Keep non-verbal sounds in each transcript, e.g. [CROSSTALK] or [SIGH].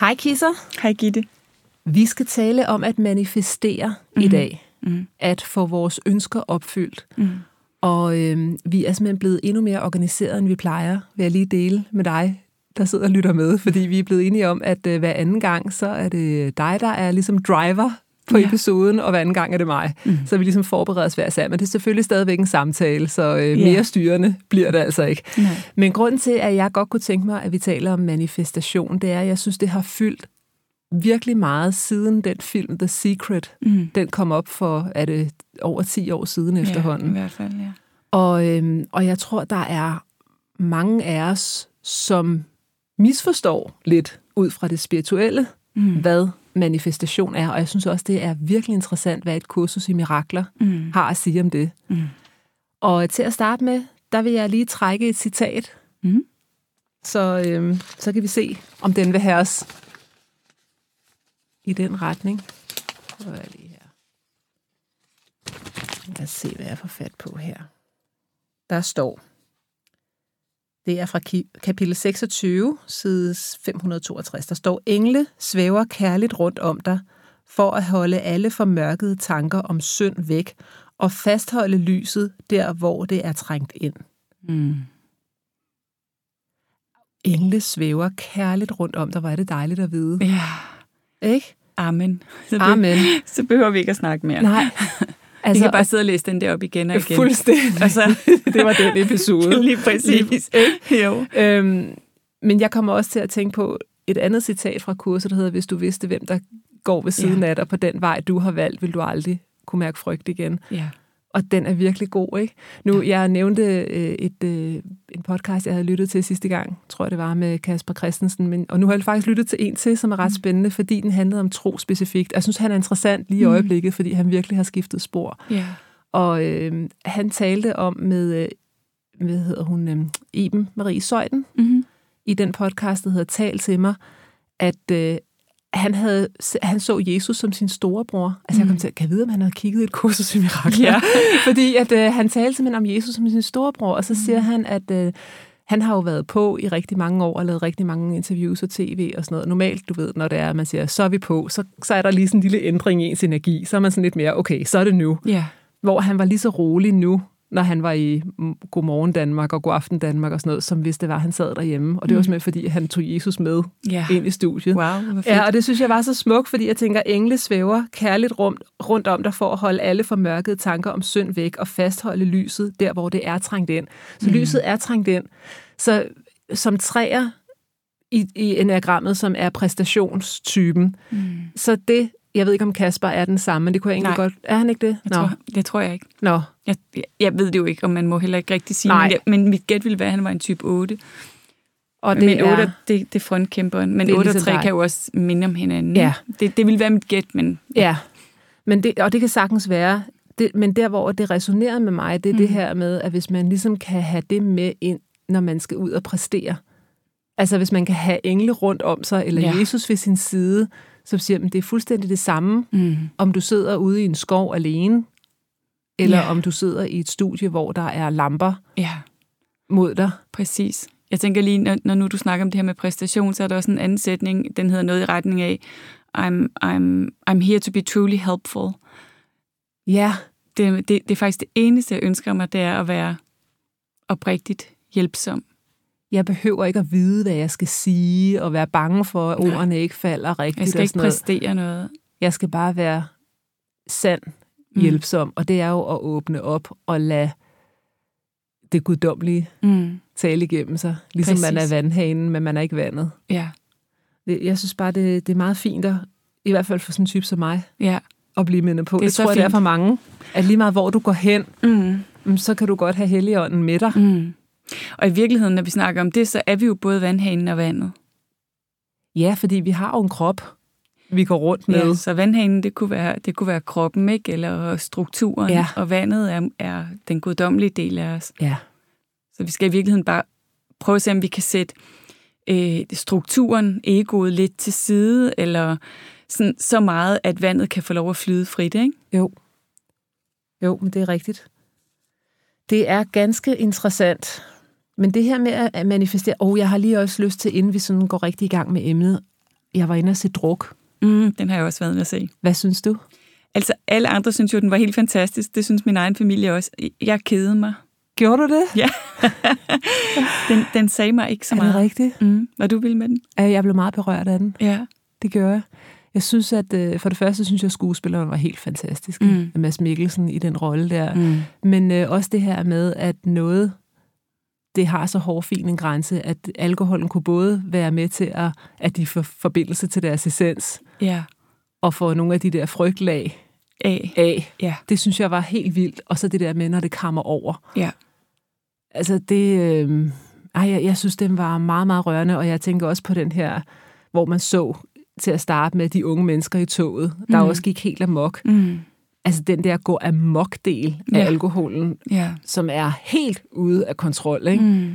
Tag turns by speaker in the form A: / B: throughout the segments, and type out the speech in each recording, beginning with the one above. A: Hej kisser.
B: Hej Gitte.
A: Vi skal tale om at manifestere mm. i dag.
B: Mm.
A: At få vores ønsker opfyldt.
B: Mm.
A: Og øhm, vi er simpelthen blevet endnu mere organiseret, end vi plejer, vil jeg lige dele med dig, der sidder og lytter med, fordi vi er blevet enige om, at øh, hver anden gang, så er det dig, der er ligesom driver på
B: Ja. Mhm.
A: ja. episoden, og hver anden gang er det mig. Mm. Så vi ligesom forbereder os hver især, men det er selvfølgelig stadigvæk en samtale, så øh,
B: Ja.
A: mere styrende bliver det altså ikke.
B: Nej.
A: Men grunden til, at jeg godt kunne tænke mig, at vi taler om manifestation, det er, at jeg synes, det har fyldt virkelig meget siden den film The Secret,
B: Mm.
A: den kom op for, er det over 10 år siden efterhånden.
B: Ja, i hvert fald, ja.
A: Og, øhm, og jeg tror, der er mange af os, som misforstår lidt ud fra det spirituelle, mm. hvad manifestation er. Og jeg synes også, det er virkelig interessant, hvad et kursus i mirakler
B: Mm.
A: har at sige om det.
B: Mm.
A: Og til at starte med, der vil jeg lige trække et citat,
B: Mm.
A: så, øhm, så kan vi se, om den vil have os i den retning. Hvor er lige her? Lad os se, hvad jeg får fat på her. Der står, det er fra ki- kapitel 26, side 562, der står, Engle svæver kærligt rundt om dig, for at holde alle formørkede tanker om synd væk, og fastholde lyset der, hvor det er trængt ind.
B: Mm.
A: Engle svæver kærligt rundt om dig. Hvor er det dejligt at vide.
B: Ja.
A: Ikke?
B: Amen. [LAUGHS] Så, be-
A: Amen.
B: så behøver vi ikke at snakke mere.
A: Nej.
B: altså, vi
A: Altså,
B: kan bare sidde og læse den der op igen og igen.
A: fuldstændig.
B: Altså,
A: [LAUGHS] Det var den episode.
B: [LAUGHS] lige præcis. jo.
A: [LAUGHS] Øhm, men jeg kommer også til at tænke på et andet citat fra kurset, der hedder, hvis du vidste, hvem der går ved siden
B: Ja.
A: ja. af dig på den vej, du har valgt, vil du aldrig kunne mærke frygt igen.
B: Ja.
A: Og den er virkelig god, ikke? Nu, jeg nævnte øh, et, øh, en podcast, jeg havde lyttet til sidste gang, tror jeg det var, med Kasper Christensen, men, og nu har jeg faktisk lyttet til en til, som er ret spændende, fordi den handlede om tro specifikt. Og Jeg synes, han er interessant lige i øjeblikket, fordi han virkelig har skiftet spor.
B: Ja.
A: Og øh, han talte om med, øh, hvad hedder hun, øh, Iben Marie Søjden,
B: Mm-hmm.
A: i den podcast, der hedder Tal til mig, at øh, han, havde, han så Jesus som sin storebror. Altså, mm. jeg kom til at, kan jeg vide, om han havde kigget i et kursus i mirakler?
B: Ja.
A: [LAUGHS] Fordi at, øh, han talte simpelthen om Jesus som sin storebror, og så siger han, at øh, han har jo været på i rigtig mange år og lavet rigtig mange interviews og tv og sådan noget. Normalt, du ved, når det er, at man siger, så er vi på, så, så er der lige sådan en lille ændring i ens energi. Så er man sådan lidt mere, okay, så er det nu
B: Ja.
A: hvor han var lige så rolig nu, når han var i mm, Godmorgen Danmark og Godaften Danmark og sådan noget, som hvis det var, han sad derhjemme. Og det var simpelthen, fordi han tog Jesus med
B: Ja.
A: ind i studiet.
B: Mm. Wow, hvor fedt.
A: Ja, og det synes jeg var så smukt, fordi jeg tænker, engle svæver kærligt rundt, rundt om dig for at holde alle formørkede tanker om synd væk og fastholde lyset der, hvor det er trængt ind. Så mm. lyset er trængt ind. Så som træer i, i enagrammet, som er præstationstypen, mm. så det, jeg ved ikke om Kasper er den samme, men det kunne jeg
B: Nej.
A: egentlig Nej. godt... Er han ikke det?
B: Jeg tror, det tror jeg ikke.
A: Nå.
B: Jeg, jeg ved det jo ikke, og man må heller ikke rigtig sige,
A: Nej.
B: men, jeg, men mit gæt ville være, at han var en type 8.
A: Og
B: Det men 8, er, det, det er frontkæmperen. Men
A: Det er
B: 8 og
A: ligesom
B: 3
A: dig.
B: kan jo også minde om hinanden.
A: Ja.
B: Det, det ville være mit gæt, men
A: Ja, men det, og det kan sagtens være. Det, men der, hvor det resonerer med mig, det er mm. det her med, at hvis man ligesom kan have det med ind, når man skal ud og præstere. Altså hvis man kan have engle rundt om sig, eller
B: Ja.
A: ja. Jesus ved sin side, som siger, at det er fuldstændig det samme,
B: mm.
A: om du sidder ude i en skov alene, eller
B: Ja.
A: ja. om du sidder i et studie, hvor der er lamper
B: ja,
A: mod dig.
B: præcis. Jeg tænker lige, når, når nu du snakker om det her med præstation, så er der også en anden sætning, den hedder noget i retning af, I'm, I'm, I'm here to be truly helpful.
A: Ja,
B: Det, det, det er faktisk det eneste, jeg ønsker mig, det er at være oprigtigt hjælpsom.
A: jeg behøver ikke at vide, hvad jeg skal sige, og være bange for, at ordene ikke falder rigtigt.
B: Jeg skal
A: og
B: ikke
A: sådan noget.
B: præstere noget.
A: Jeg skal bare være sand hjælpsom, mm. og det er jo at åbne op og lade det guddommelige
B: Mm.
A: tale igennem sig. Ligesom Præcis. man er
B: Præcis.
A: vandhanen, men man er ikke vandet.
B: Ja.
A: Det- Jeg synes bare, det, det er meget fint, at, i hvert fald for sådan en type som mig,
B: Ja.
A: at blive mindet på.
B: Det
A: Det,
B: er
A: det
B: så
A: tror jeg, det er
B: fint.
A: for mange. At lige meget hvor du går hen,
B: Mm.
A: mm, så kan du godt have helligånden med dig.
B: Mm. Og i virkeligheden, når vi snakker om det, så er vi jo både vandhanen og vandet.
A: Ja, fordi vi har jo en krop, vi går rundt med.
B: Ja, så vandhanen, det kunne være, det kunne være kroppen, ikke? Eller strukturen.
A: Ja.
B: Og vandet er, er den guddommelige del af os.
A: ja.
B: Så vi skal i virkeligheden bare prøve at se, om vi kan sætte øh, strukturen, egoet lidt til side, eller sådan, så meget, at vandet kan få lov at flyde frit, ikke?
A: Jo. Jo, men det er rigtigt. Det er ganske interessant. Men det her med at manifestere... Og oh, jeg har lige også lyst til, inden vi sådan går rigtig i gang med emnet, jeg var inde og se druk.
B: Mm, den har jeg også været med at se.
A: Hvad synes du?
B: Altså, alle andre synes jo, den var helt fantastisk. Det synes min egen familie også. Jeg kedede mig.
A: Gjorde du det?
B: Den, den sagde mig ikke så
A: Er det
B: meget.
A: rigtigt?
B: Mm, var du vild med den?
A: Ja, Jeg blev meget berørt af den.
B: Ja.
A: Det gjorde jeg. Jeg synes, at øh, for det første synes jeg, at skuespilleren var helt fantastisk. Mm. Mads Mikkelsen i den rolle der. Mm. Men øh, også det her med, at noget, det har så hårfin en grænse, at alkoholen kunne både være med til, at, at de får forbindelse til deres essens,
B: Ja.
A: og få nogle af de der frygtlag
B: A.
A: af.
B: Ja.
A: Det synes jeg var helt vildt. Og så det der med, når det kammer over.
B: Ja.
A: Altså det... Øh, ej, jeg, jeg synes, den var meget, meget rørende, og jeg tænker også på den her, hvor man så til at starte med de unge mennesker i toget, der
B: Mm.
A: også gik helt amok.
B: Mm.
A: Altså den der gå amok-del af
B: Ja.
A: alkoholen,
B: Ja.
A: som er helt ude af kontrol. Ikke?
B: Mm.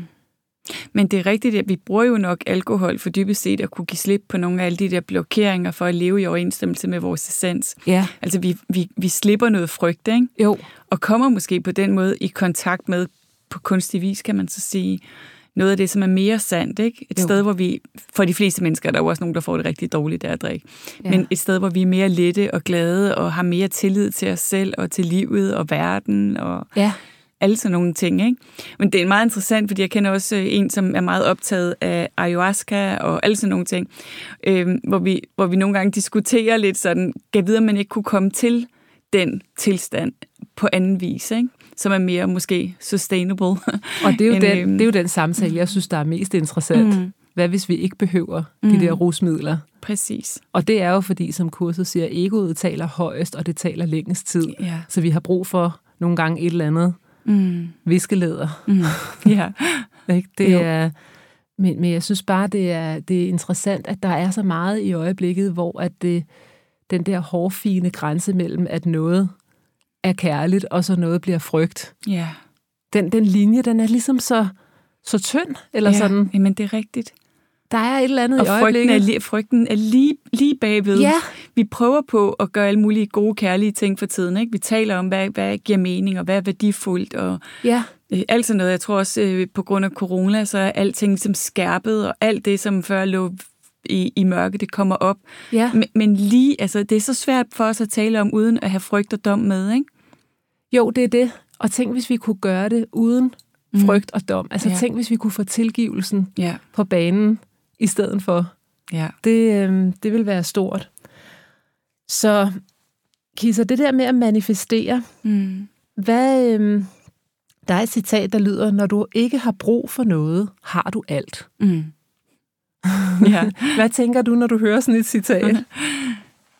B: Men det er rigtigt, at vi bruger jo nok alkohol for dybest set at kunne give slip på nogle af alle de der blokeringer for at leve i overensstemmelse med vores essens.
A: Ja,
B: Altså vi, vi, vi slipper noget frygt, ikke?
A: jo.
B: og kommer måske på den måde i kontakt med, på kunstig vis kan man så sige, noget af det, som er mere sandt. Ikke? Et
A: Jo.
B: jo. sted, hvor vi, for de fleste mennesker, der er jo også nogen, der får det rigtig dårligt af at drikke,
A: Ja.
B: ja. men et sted, hvor vi er mere lette og glade og har mere tillid til os selv og til livet og verden og
A: Ja.
B: alle sådan nogle ting. Ikke? Men det er meget interessant, fordi jeg kender også øh, en, som er meget optaget af ayahuasca og alle sådan nogle ting, øh, hvor, vi, hvor vi nogle gange diskuterer lidt sådan, kan vide, om man ikke kunne komme til den tilstand på anden vis, ikke? som er mere måske sustainable.
A: Og det er, jo
B: En,
A: den,
B: øhm,
A: det er jo den samtale, jeg synes, der er mest interessant. Mm. Hvad hvis vi ikke behøver de mm. der rusmidler?
B: [LAUGHS] Præcis.
A: Og det er jo fordi, som kurset siger, egoet taler højest, og det taler længst tid.
B: Ja.
A: Så vi har brug for nogle gange et eller andet
B: Mm.
A: viskeleder.
B: Mm. ja.
A: Ikke? Det
B: Jo.
A: er, men, men jeg synes bare, det er, det er interessant, at der er så meget i øjeblikket, hvor at det, den der hårfine grænse mellem, at noget er kærligt, og så noget bliver frygt.
B: ja.
A: Den, den linje, den er ligesom så, så tynd, eller ja.
B: ja.
A: sådan.
B: Jamen, det er rigtigt.
A: Der er et eller andet
B: Og
A: i
B: frygten er,
A: øjeblikket.
B: lige, frygten er lige, lige bagved.
A: Ja.
B: Vi prøver på at gøre alle mulige gode, kærlige ting for tiden. Ikke? Vi taler om, hvad, hvad giver mening, og hvad er værdifuldt, og
A: ja,
B: øh, alt sådan noget. Jeg tror også, øh, på grund af corona, så er alting ligesom skærpet, og alt det, som før lå i, i mørke, det kommer op.
A: ja.
B: Men, men lige, altså, det er så svært for os at tale om, uden at have frygt og dom med, ikke?
A: Jo, det er det. Og tænk, hvis vi kunne gøre det uden frygt og dom. Altså
B: Mm.
A: ja.
B: Ja.
A: tænk, hvis vi kunne få tilgivelsen
B: Ja,
A: på banen i stedet for.
B: ja.
A: Det, øh, det vil være stort. Så Kisser, det der med at manifestere,
B: Mm.
A: hvad, øh, der er et citat, der lyder, når du ikke har brug for noget, har du alt.
B: Mm. [LAUGHS] ja.
A: Hvad tænker du, når du hører sådan et citat?
B: [LAUGHS]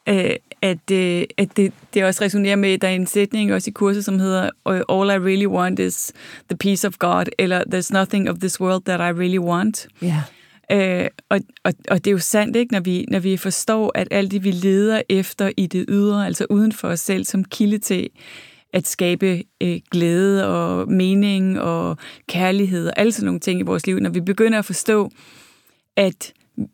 B: øh, at, øh, at det, det også resonerer med, der er en sætning også i kurset, som hedder øh, All I really want is the peace of God, eller There's nothing of this world that I really want.
A: ja.
B: Øh, og, og, og det er jo sandt, ikke, når vi, når vi forstår, at alt det, vi leder efter i det ydre, altså uden for os selv, som kilde til at skabe øh, glæde og mening og kærlighed og alle sådan nogle ting i vores liv, når vi begynder at forstå, at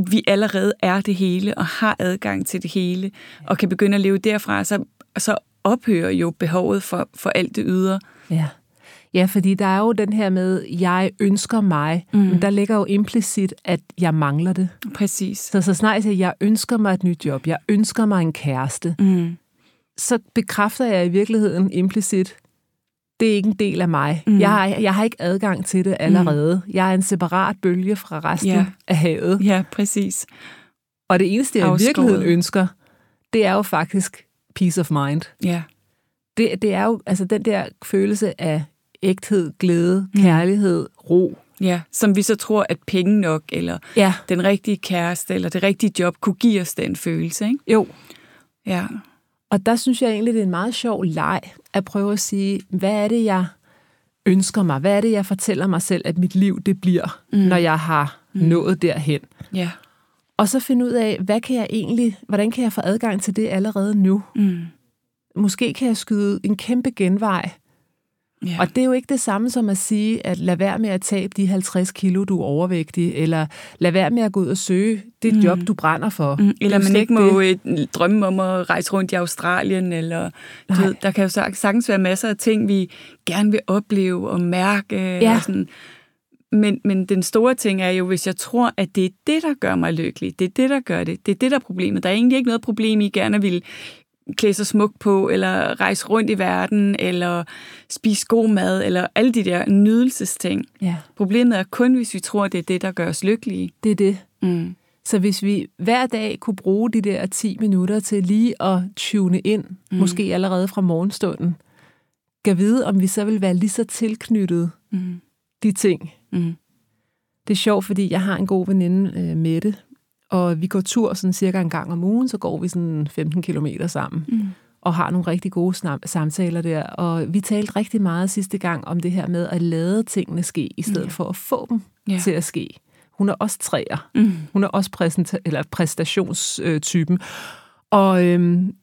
B: vi allerede er det hele og har adgang til det hele og kan begynde at leve derfra, så, så ophører jo behovet for, for alt det ydre.
A: Ja. Ja, fordi der er jo den her med, jeg ønsker mig, mm. men der ligger jo implicit, at jeg mangler det.
B: Præcis.
A: Så så snart jeg siger, jeg ønsker mig et nyt job, jeg ønsker mig en kæreste, mm. så bekræfter jeg i virkeligheden implicit, det er ikke en del af mig. Mm. Jeg, har, jeg har ikke adgang til det allerede. Mm. Jeg er en separat bølge fra resten
B: Ja.
A: af havet.
B: Ja, præcis.
A: Og det eneste, jeg i
B: Afskåret.
A: virkeligheden ønsker, det er jo faktisk peace of mind.
B: Ja.
A: Det, det er jo altså den der følelse af ægthed, glæde, kærlighed, ro.
B: Ja, som vi så tror, at penge nok, eller
A: Ja,
B: den rigtige kæreste, eller det rigtige job, kunne give os den følelse, ikke?
A: jo.
B: Ja.
A: Og der synes jeg egentlig, det er en meget sjov leg at prøve at sige, hvad er det, jeg ønsker mig? Hvad er det, jeg fortæller mig selv, at mit liv det bliver, mm. når jeg har mm. nået derhen?
B: Ja.
A: Og så finde ud af, hvad kan jeg egentlig, hvordan kan jeg få adgang til det allerede nu?
B: Mm.
A: Måske kan jeg skyde en kæmpe genvej.
B: Ja.
A: Og det er jo ikke det samme som at sige, at lad være med at tabe de 50 kilo, du er overvægtig, eller lad være med at gå ud og søge det job, du brænder for.
B: Mm,
A: Det er
B: Eller
A: jo
B: man
A: slet
B: ikke
A: det.
B: må øh, drømme om at rejse rundt i Australien, eller du
A: Nej.
B: ved, der kan jo sag- sagtens være masser af ting, vi gerne vil opleve og mærke. øh,
A: Ja.
B: Og sådan. Men, men den store ting er jo, hvis jeg tror, at det er det, der gør mig lykkelig, det er det, der gør det, det er det, der er problemet. Der er egentlig ikke noget problem i gerne at ville klæde sig smukt på, eller rejse rundt i verden, eller spise god mad, eller alle de der nydelsesting.
A: Ja,
B: Problemet er kun, hvis vi tror, det er det, der gør os lykkelige.
A: det er det.
B: Mm.
A: Så hvis vi hver dag kunne bruge de der 10 minutter til lige at tune ind, mm. måske allerede fra morgenstunden, kan vide, om vi så vil være lige så tilknyttet
B: Mm.
A: de ting.
B: Mm.
A: Det er sjovt, fordi jeg har en god veninde, øh, Mette, og vi går tur sådan cirka en gang om ugen, så går vi sådan 15 kilometer sammen
B: Mm.
A: og har nogle rigtig gode snam- samtaler der. Og vi talte rigtig meget sidste gang om det her med at lade tingene ske, i stedet for at få dem
B: Ja.
A: til at ske. Hun er også træer.
B: Mm.
A: Hun er også præsenta- eller præstationstypen. Og, øhm,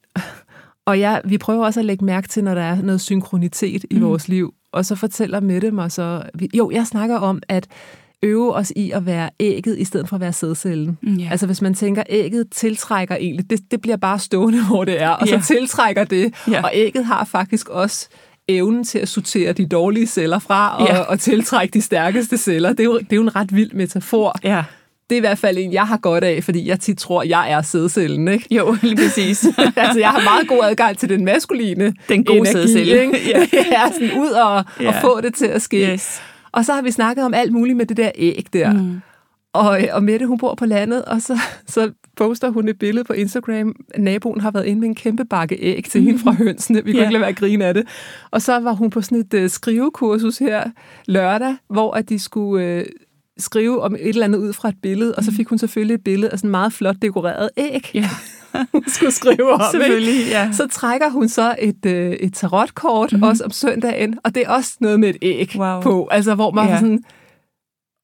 A: og ja, vi prøver også at lægge mærke til, når der er noget synkronitet i mm. vores liv. Og så fortæller Mette mig så... vi- Jo, jeg snakker om at øve os i at være ægget, i stedet for at være sædcellen.
B: Mm, ja.
A: Altså hvis man tænker, ægget tiltrækker egentlig, det, det bliver bare stående, [LAUGHS] hvor det er, og
B: Ja.
A: så tiltrækker det.
B: Ja.
A: Og ægget har faktisk også evnen til at sortere de dårlige celler fra, og,
B: Ja.
A: og tiltrække de stærkeste celler. Det er, jo, det er jo en ret vild metafor.
B: Ja.
A: Det er i hvert fald en, jeg har godt af, fordi jeg tit tror, jeg er sædcellen, ikke? [LAUGHS]
B: Jo, lige [LAUGHS] præcis.
A: altså, jeg har meget god adgang til den maskuline
B: Den gode
A: energi,
B: sædcelle.
A: ikke?
B: [LAUGHS]
A: [LAUGHS] ja, sådan ud og, og
B: Ja.
A: få det til at ske.
B: Yes.
A: Og så har vi snakket om alt muligt med det der æg der. Mm. Og, og Mette, hun bor på landet, og så, [LAUGHS] så poster hun et billede på Instagram. Naboen har været inde med en kæmpe bakke æg til hende fra hønsene. Vi kunne
B: Mhm. Ja.
A: ikke lade være at grine af det. Og så var hun på sådan et øh, skrivekursus her lørdag, hvor at de skulle øh, skrive om et eller andet ud fra et billede. Og så fik hun selvfølgelig et billede af sådan en meget flot dekoreret æg,
B: Mhm. Ja,
A: [LAUGHS] hun skulle skrive om. ikke?
B: selvfølgelig. Ja. Mhm.
A: Så trækker hun så et, øh, et tarotkort mm-hmm. også om søndagen, og det er også noget med et æg
B: Wow.
A: på, altså hvor man
B: Ja.
A: ja. sådan,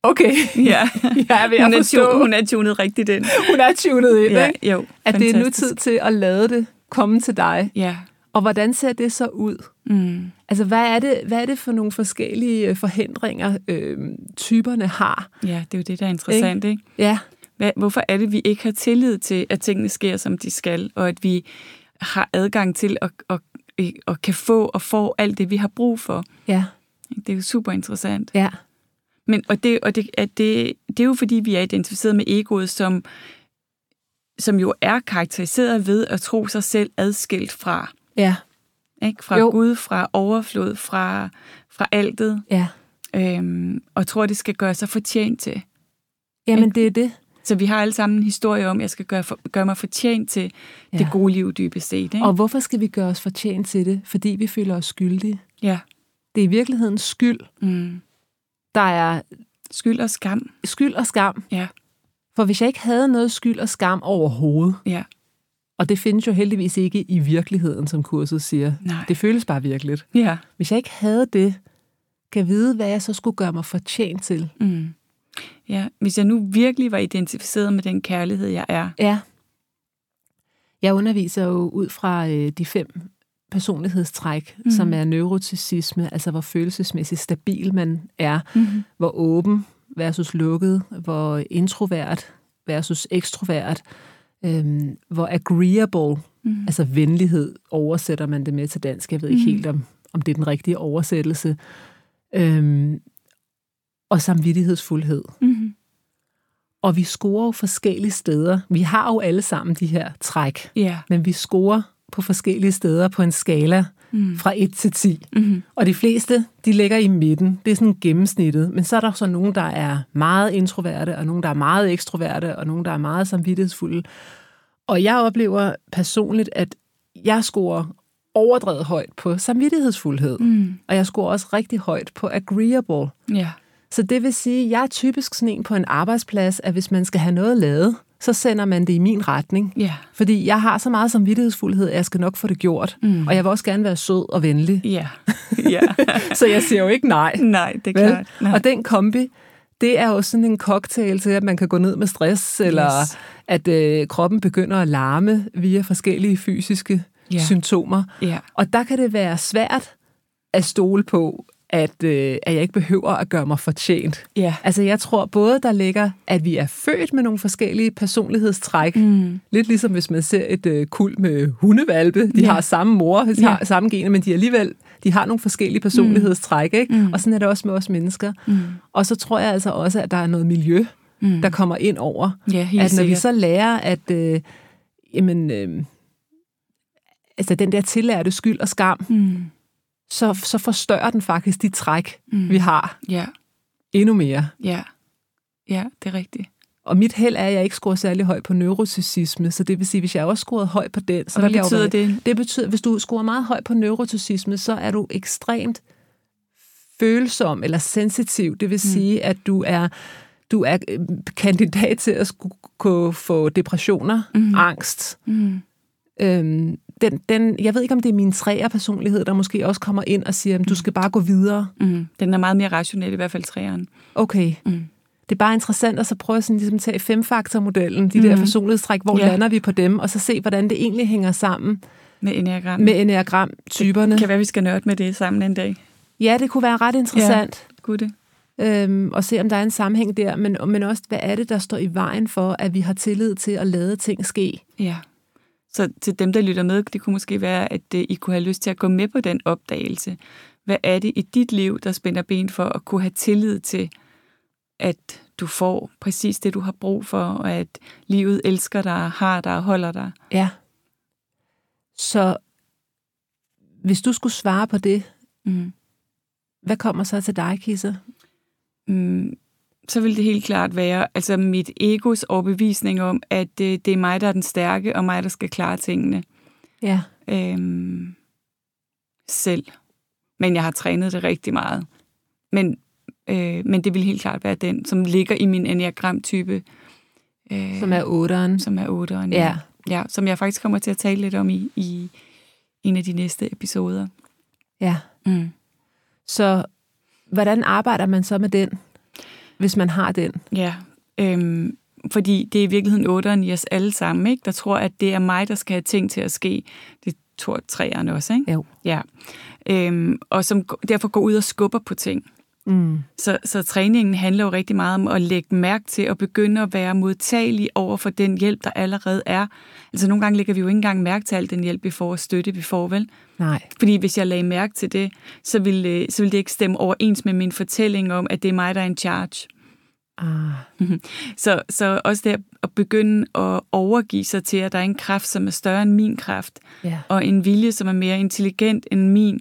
A: okay,
B: ja.
A: [LAUGHS] jeg er ved
B: Hun
A: at
B: er, tunet,
A: forstå,
B: hun er tunet rigtigt ind.
A: hun er tunet ind, ja.
B: Ja,
A: ikke?
B: jo.
A: at det er nu
B: fantastisk.
A: tid til at lade det komme til dig.
B: Ja.
A: Og hvordan ser det så ud?
B: Mm.
A: Altså, hvad er det, hvad er det for nogle forskellige øh, forhindringer, øh, typerne har?
B: ja, det er jo det, der er interessant. Ikke?
A: Ja,
B: Hvad, hvorfor er det, vi ikke har tillid til, at tingene sker, som de skal, og at vi har adgang til at, at, at, at kan få og får alt det, vi har brug for?
A: ja,
B: Det er jo super interessant.
A: ja,
B: Men, og det, og det, at det, det er jo fordi, vi er identificeret med egoet, som, som jo er karakteriseret ved at tro sig selv adskilt fra
A: ja,
B: Ikke? Fra jo.
A: Jo.
B: Gud, fra overflod, fra, fra altet,
A: ja.
B: øhm, og tror, det skal gøre sig fortjent til.
A: Jamen, det er det.
B: Så vi har alle sammen en historie om, at jeg skal gøre, for, gøre mig fortjent til ja.
A: Ja.
B: det gode liv dybest set. Ikke?
A: Og hvorfor skal vi gøre os fortjent til det? Fordi vi føler os skyldige.
B: Ja.
A: Det er i virkeligheden skyld,
B: Mm.
A: der er
B: Skyld og skam.
A: skyld og skam.
B: Ja.
A: For hvis jeg ikke havde noget skyld og skam overhovedet,
B: Ja.
A: og det findes jo heldigvis ikke i virkeligheden, som kurset siger.
B: Nej.
A: Det føles bare virkeligt.
B: ja.
A: Hvis jeg ikke havde det, kan vide, hvad jeg så skulle gøre mig fortjent til.
B: Mm. ja. Hvis jeg nu virkelig var identificeret med den kærlighed, jeg er.
A: Ja. Jeg underviser jo ud fra øh, de fem personlighedstræk, mm. som er neuroticisme, altså hvor følelsesmæssigt stabil man er,
B: Mm-hmm.
A: hvor åben versus lukket, hvor introvert versus ekstrovert, øhm, hvor agreeable, mm. altså venlighed, oversætter man det med til dansk. Jeg ved ikke
B: Mhm.
A: helt, om, om det er den rigtige oversættelse. Øhm, og samvittighedsfuldhed.
B: Mm-hmm.
A: Og vi scorer jo forskellige steder. Vi har jo alle sammen de her træk,
B: Ja.
A: men vi scorer på forskellige steder på en skala
B: Mm.
A: fra 1 til 10.
B: Mm-hmm.
A: Og de fleste, de ligger i midten. Det er sådan gennemsnittet. Men så er der så nogen, der er meget introverte, og nogen, der er meget ekstroverte, og nogen, der er meget samvittighedsfulde. Og jeg oplever personligt, at jeg scorer overdrevet højt på samvittighedsfuldhed, mm. og jeg scorer også rigtig højt på agreeable.
B: Ja.
A: Så det vil sige, at jeg er typisk sådan en på en arbejdsplads, at hvis man skal have noget lavet, så sender man det i min retning.
B: Ja.
A: Fordi jeg har så meget samvittighedsfuldhed, at jeg skal nok få det gjort. Mm. Og jeg vil også gerne være sød og venlig.
B: Ja. [LAUGHS] ja.
A: Så jeg siger jo ikke nej.
B: Nej, det er
A: Vel?
B: Mm, klart. Nej.
A: Og den kombi, det er jo sådan en cocktail til, at man kan gå ned med stress, eller
B: Yes.
A: at øh, kroppen begynder at larme via forskellige fysiske
B: Ja.
A: yeah. symptomer.
B: Ja.
A: Og der kan det være svært at stole på, at, øh, at jeg ikke behøver at gøre mig fortjent.
B: Ja.
A: Altså jeg tror både, der ligger, at vi er født med nogle forskellige personlighedstræk.
B: Mm.
A: Lidt ligesom hvis man ser et øh, kul med hundevalpe. De
B: Ja.
A: har samme mor, de
B: Ja. Mm.
A: har samme gener, men de alligevel de har nogle forskellige personlighedstræk. Ikke? Mm. Og sådan er det også med os mennesker. Mm. Og så tror jeg altså også, at der er noget miljø, mm. der kommer ind over.
B: Ja, helt
A: at når vi
B: sikkert.
A: så lærer, at øh, jamen, øh, altså den der tillærte skyld og skam,
B: Mm.
A: så, så forstørrer den faktisk de træk, mm. vi har
B: Ja.
A: endnu mere.
B: Ja. Ja, det er rigtigt.
A: Og mit held er, at jeg ikke scorer særlig højt på neuroticisme, så det vil sige, hvis jeg også scorede højt på den, så
B: Og hvad
A: ville jeg jo
B: betyder
A: være-
B: det?
A: Det betyder, hvis du scorer meget højt på neuroticisme, så er du ekstremt følsom eller sensitiv.
B: Mm.
A: Det vil sige, at du er du er øh, kandidat til at skulle kunne få depressioner, mm. angst.
B: Mm.
A: Øhm, den, den, jeg ved ikke, om det er min træer personlighed, der måske også kommer ind og siger, at du skal bare gå videre.
B: Mm. Den er meget mere rationel, i hvert fald træeren.
A: Okay.
B: Mm.
A: Det er bare interessant at så prøve sådan ligesom tage femfaktormodellen, de mm. der personlighedstræk, hvor
B: Ja.
A: ja. lander vi på dem, og så se, hvordan det egentlig hænger sammen
B: Med enneagram.
A: med enneagram-typerne.
B: Kan være, vi skal nørde med det sammen en dag.
A: Ja, det kunne være ret interessant
B: Kunne det?
A: ja. øhm, at se, om der er en sammenhæng der, men, men også, hvad er det, der står i vejen for, at vi har tillid til at lade ting ske?
B: Ja. Så til dem, der lytter med, det kunne måske være, at øh, I kunne have lyst til at gå med på den opdagelse. Hvad er det i dit liv, der spænder ben for at kunne have tillid til, at du får præcis det, du har brug for, og at livet elsker dig, har dig og holder dig?
A: Ja. Så hvis du skulle svare på det,
B: Mm.
A: hvad kommer så til dig, Kisse?
B: Mm, så vil det helt klart være altså mit egos overbevisning om, at øh, det er mig, der er den stærke, og mig, der skal klare tingene.
A: Ja.
B: øhm, selv. Men jeg har trænet det rigtig meget. Men, øh, men det vil helt klart være den, som ligger i min enneagramtype, øh,
A: Som er otteren.
B: som er 8'eren.
A: Ja.
B: ja. Som jeg faktisk kommer til at tale lidt om i, i en af de næste episoder.
A: Ja.
B: Mm.
A: Så hvordan arbejder man så med den, hvis man har den?
B: Ja, øhm, fordi det er i virkeligheden otteren i os alle sammen, ikke? der tror, at det er mig, der skal have ting til at ske. Det tror træerne også, ikke?
A: Jo.
B: Ja. Øhm, og som g- derfor går ud og skubber på ting.
A: Mm.
B: Så, så træningen handler jo rigtig meget om at lægge mærke til og begynde at være modtagelig over for den hjælp, der allerede er. Altså nogle gange lægger vi jo ikke engang mærke til al den hjælp, vi får og støtte, vi får, vel?
A: Nej.
B: Fordi hvis jeg lagde mærke til det, så ville, øh, så ville det ikke stemme overens med min fortælling om, at det er mig, der er in charge.
A: Ah.
B: Så, så også der at begynde at overgive sig til, at der er en kraft, som er større end min kraft,
A: Ja.
B: og en vilje, som er mere intelligent end min,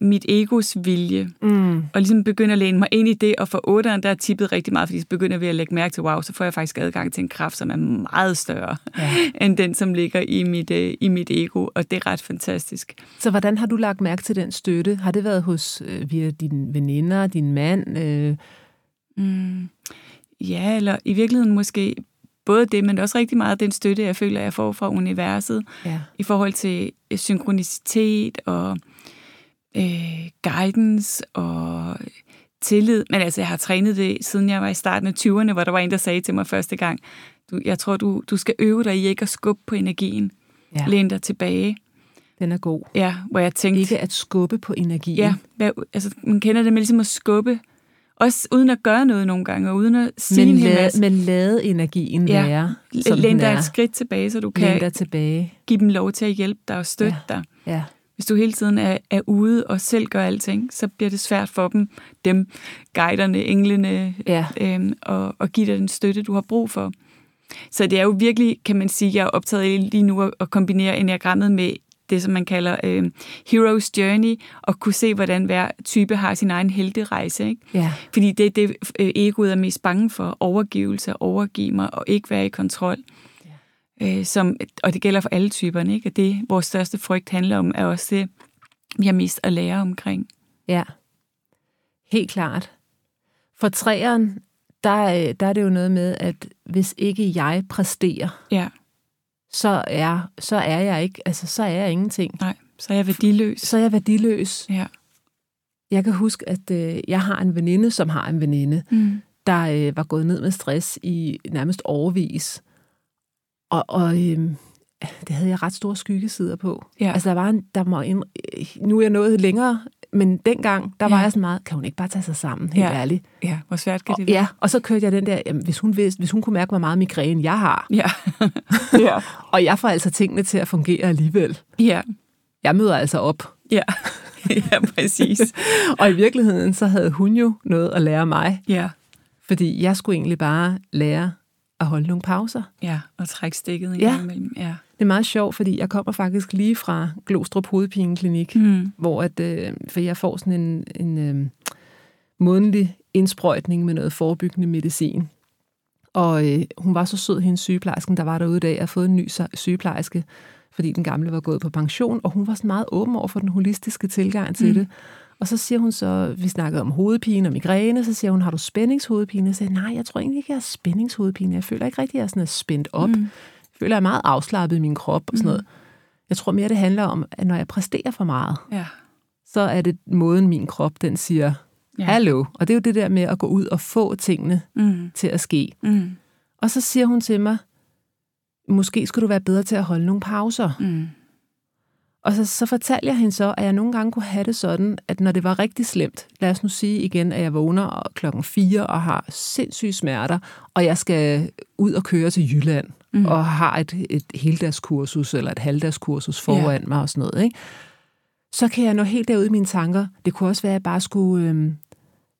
B: mit egos vilje
A: Mm.
B: og ligesom begynde at læne mig ind i det, og for otteren, der er tippet rigtig meget, fordi så begynder vi at lægge mærke til, wow, så får jeg faktisk adgang til en kraft, som er meget større, ja. [LAUGHS] end den, som ligger i mit, øh, i mit ego, og det er ret fantastisk.
A: Så hvordan har du lagt mærke til den støtte? Har det været hos øh, via dine veninder, din mand? Øh,
B: Mm. Ja, eller i virkeligheden måske både det, men også rigtig meget den støtte, jeg føler, jeg får fra universet,
A: ja.
B: i forhold til øh, synkronicitet og øh, guidance og øh, tillid. Men altså, jeg har trænet det, siden jeg var i starten af 20'erne, hvor der var en, der sagde til mig første gang, du, jeg tror, du, du skal øve dig i ikke at skubbe på energien.
A: Ja.
B: Ja. Læn dig tilbage.
A: Den er god.
B: Ja, hvor jeg tænkte,
A: Ikke at skubbe på energien.
B: ja, hvad, altså, man kender det med ligesom at skubbe, også uden at gøre noget nogle gange, og uden at sige
A: men,
B: en hel
A: lad,
B: masse.
A: men lade energien
B: Ja.
A: være, som
B: Læn
A: den
B: dig
A: er.
B: et skridt tilbage, så du
A: Læn
B: kan
A: dig tilbage.
B: give dem lov til at hjælpe dig og støtte ja. dig.
A: Ja.
B: Hvis du hele tiden er, er ude og selv gør alting, så bliver det svært for dem, dem, guiderne, englene,
A: Ja.
B: øhm, og, og give dig den støtte, du har brug for. Så det er jo virkelig, kan man sige, jeg er optaget af lige nu at, at kombinere enagrammet med det, som man kalder øhm, Hero's Journey, og kunne se, hvordan hver type har sin egen helterejse. Ikke?
A: Ja.
B: Fordi det er det, øh, egoet er mest bange for. Overgivelse, overgive mig og ikke være i kontrol. øh, som, og det gælder for alle typerne, ikke? Og det, vores største frygt handler om, er også det, vi har mest at lære omkring.
A: Ja, helt klart. For træeren, der, øh, der er det jo noget med, at hvis ikke jeg præsterer,
B: Ja,
A: så er, så er jeg ikke, altså så er jeg ingenting.
B: nej, så er jeg værdiløs.
A: Så er jeg værdiløs.
B: Ja.
A: Jeg kan huske, at øh, jeg har en veninde, som har en veninde,
B: Mm.
A: der øh, var gået ned med stress i nærmest overvis. Og, og øh, det havde jeg ret store skyggesider på.
B: Ja.
A: Altså, der var en, der må ind, nu er jeg nået længere, men dengang, der var
B: Ja.
A: jeg sådan meget, kan hun ikke bare tage sig sammen, helt
B: Ja.
A: ærligt.
B: Ja, hvor svært kan
A: Og,
B: det være?
A: ja, og så kørte jeg den der, jamen, hvis, hun vidste, hvis hun kunne mærke, hvor meget migræne jeg har,
B: Ja.
A: [LAUGHS]
B: ja.
A: og jeg får altså tingene til at fungere alligevel.
B: [LAUGHS] Ja.
A: Jeg møder altså
B: [LAUGHS]
A: op.
B: Ja. ja, præcis.
A: Og i virkeligheden, så havde hun jo noget at lære mig,
B: Ja.
A: fordi jeg skulle egentlig bare lære at holde nogle pauser.
B: Ja, og trække stikket en
A: Ja.
B: gang imellem. Ja.
A: Det er meget sjovt, fordi jeg kommer faktisk lige fra Glostrup Hovedpineklinik, mm.
B: Mm.
A: hvor at, øh, for jeg får sådan en, en øh, månedlig indsprøjtning med noget forebyggende medicin. Og øh, hun var så sød, hendes sygeplejersken, der var derude i dag, at fået en ny sy- sygeplejerske, fordi den gamle var gået på pension, og hun var sådan meget åben over for den holistiske tilgang til mm. det. Og så siger hun så, vi snakkede om hovedpine og migræne, så siger hun, har du spændingshovedpine? Jeg sagde, nej, jeg tror egentlig ikke, jeg har spændingshovedpine. Jeg føler ikke rigtig, at jeg sådan er spændt op. Mm. Jeg føler, jeg er meget afslappet i min krop og sådan noget. Jeg tror mere, det handler om, at når jeg præsterer for meget,
B: Ja.
A: så er det måden, min krop den siger,
B: Ja.
A: hallo. Og det er jo det der med at gå ud og få tingene
B: Mm.
A: til at ske.
B: Mm.
A: Og så siger hun til mig, måske skulle du være bedre til at holde nogle pauser.
B: Mm.
A: Og så, så fortalte jeg hende så, at jeg nogle gange kunne have det sådan, at når det var rigtig slemt, lad os nu sige igen, at jeg vågner og klokken 4 og har sindssyge smerter, og jeg skal ud og køre til Jylland mm. og har et, et heldagskursus eller et halvdagskursus foran mig og sådan noget, ikke? så kan jeg nå helt derud i mine tanker. Det kunne også være, at jeg bare skulle, øhm,